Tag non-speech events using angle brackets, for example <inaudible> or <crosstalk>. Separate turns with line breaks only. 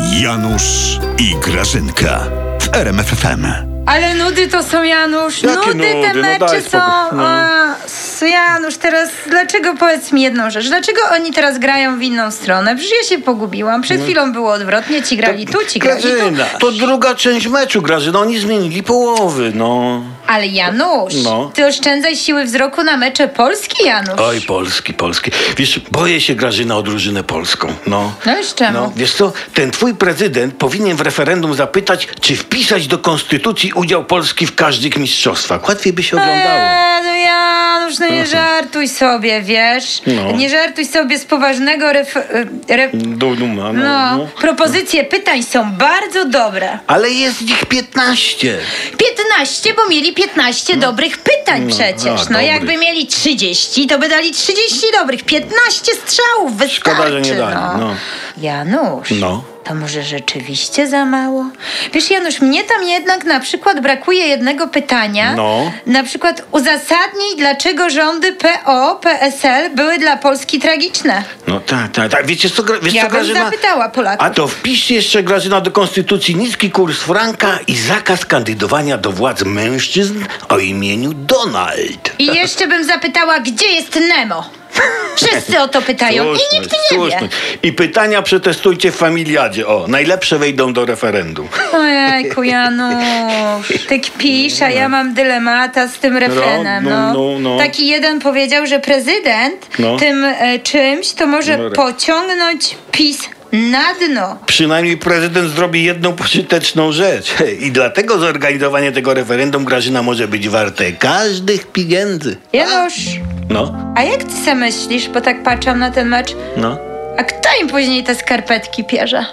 Janusz i Grażynka w RMFFM.
Ale nudy to są Janusz.
Jakie
nudy, te
nudy? No
mecze
daj
są.
spokój. No.
A, s- Janusz, teraz dlaczego powiedz mi jedną rzecz? Dlaczego oni teraz grają w inną stronę? Przecież ja się pogubiłam. Przed
No.
chwilą było odwrotnie, ci grali tu, ci grali tu.
Grażyna, to druga część meczu Grażyna, oni zmienili połowy, no.
Ale Janusz,
No.
ty oszczędzaj siły wzroku na mecze Polski, Janusz.
Oj, Polski, Polski. Wiesz, boję się Grażyna o drużynę polską, no.
No i z czemu?
No, wiesz co, ten twój prezydent powinien w referendum zapytać, czy wpisać do konstytucji udział Polski w każdych mistrzostwach. Łatwiej by się oglądało.
Eee, no Janusz, no nie żartuj sobie, wiesz?
No.
Nie żartuj sobie z poważnego ref... e, ref
Do duma, no.
no,
no.
propozycje pytań są bardzo dobre.
Ale jest ich 15.
15, bo mieli 15 dobrych pytań przecież.
a,
no
No. dobrych.
jakby mieli 30, to by dali 30 dobrych. 15 strzałów wystarczy.
Szkoda, że nie dali, no.
Janusz.
No.
To może rzeczywiście za mało? Wiesz, Janusz, mnie tam jednak na przykład brakuje jednego pytania.
No.
Na przykład uzasadnij, dlaczego rządy PO, PSL były dla Polski tragiczne.
No tak, tak, tak. Wiecie co, Gra- wiesz
Ja
co
bym
Grażyna?
zapytała Polaków.
A to wpiszcie jeszcze Grażyna do konstytucji niski kurs franka i zakaz kandydowania do władz mężczyzn o imieniu Donald.
I jeszcze bym zapytała, gdzie jest
<laughs>
Nemo? Wszyscy o to pytają i nikt nie wie.
słuszność. I pytania przetestujcie w familiadzie. O, najlepsze wejdą do referendum.
Ojejku, Janusz, ty kpisz, a ja mam dylemata z tym refrenem.
No,
No,
no, no, no.
Taki jeden powiedział, że prezydent
No.
tym e, czymś to może
Numerek.
pociągnąć PiS na dno.
Przynajmniej prezydent zrobi jedną pożyteczną rzecz. I dlatego zorganizowanie tego referendum Grażyna może być warte każdych pieniędzy.
Janusz,
No,
a jak ty se myślisz, bo tak patrzę na ten mecz,
no.
a kto im później te skarpetki pierze?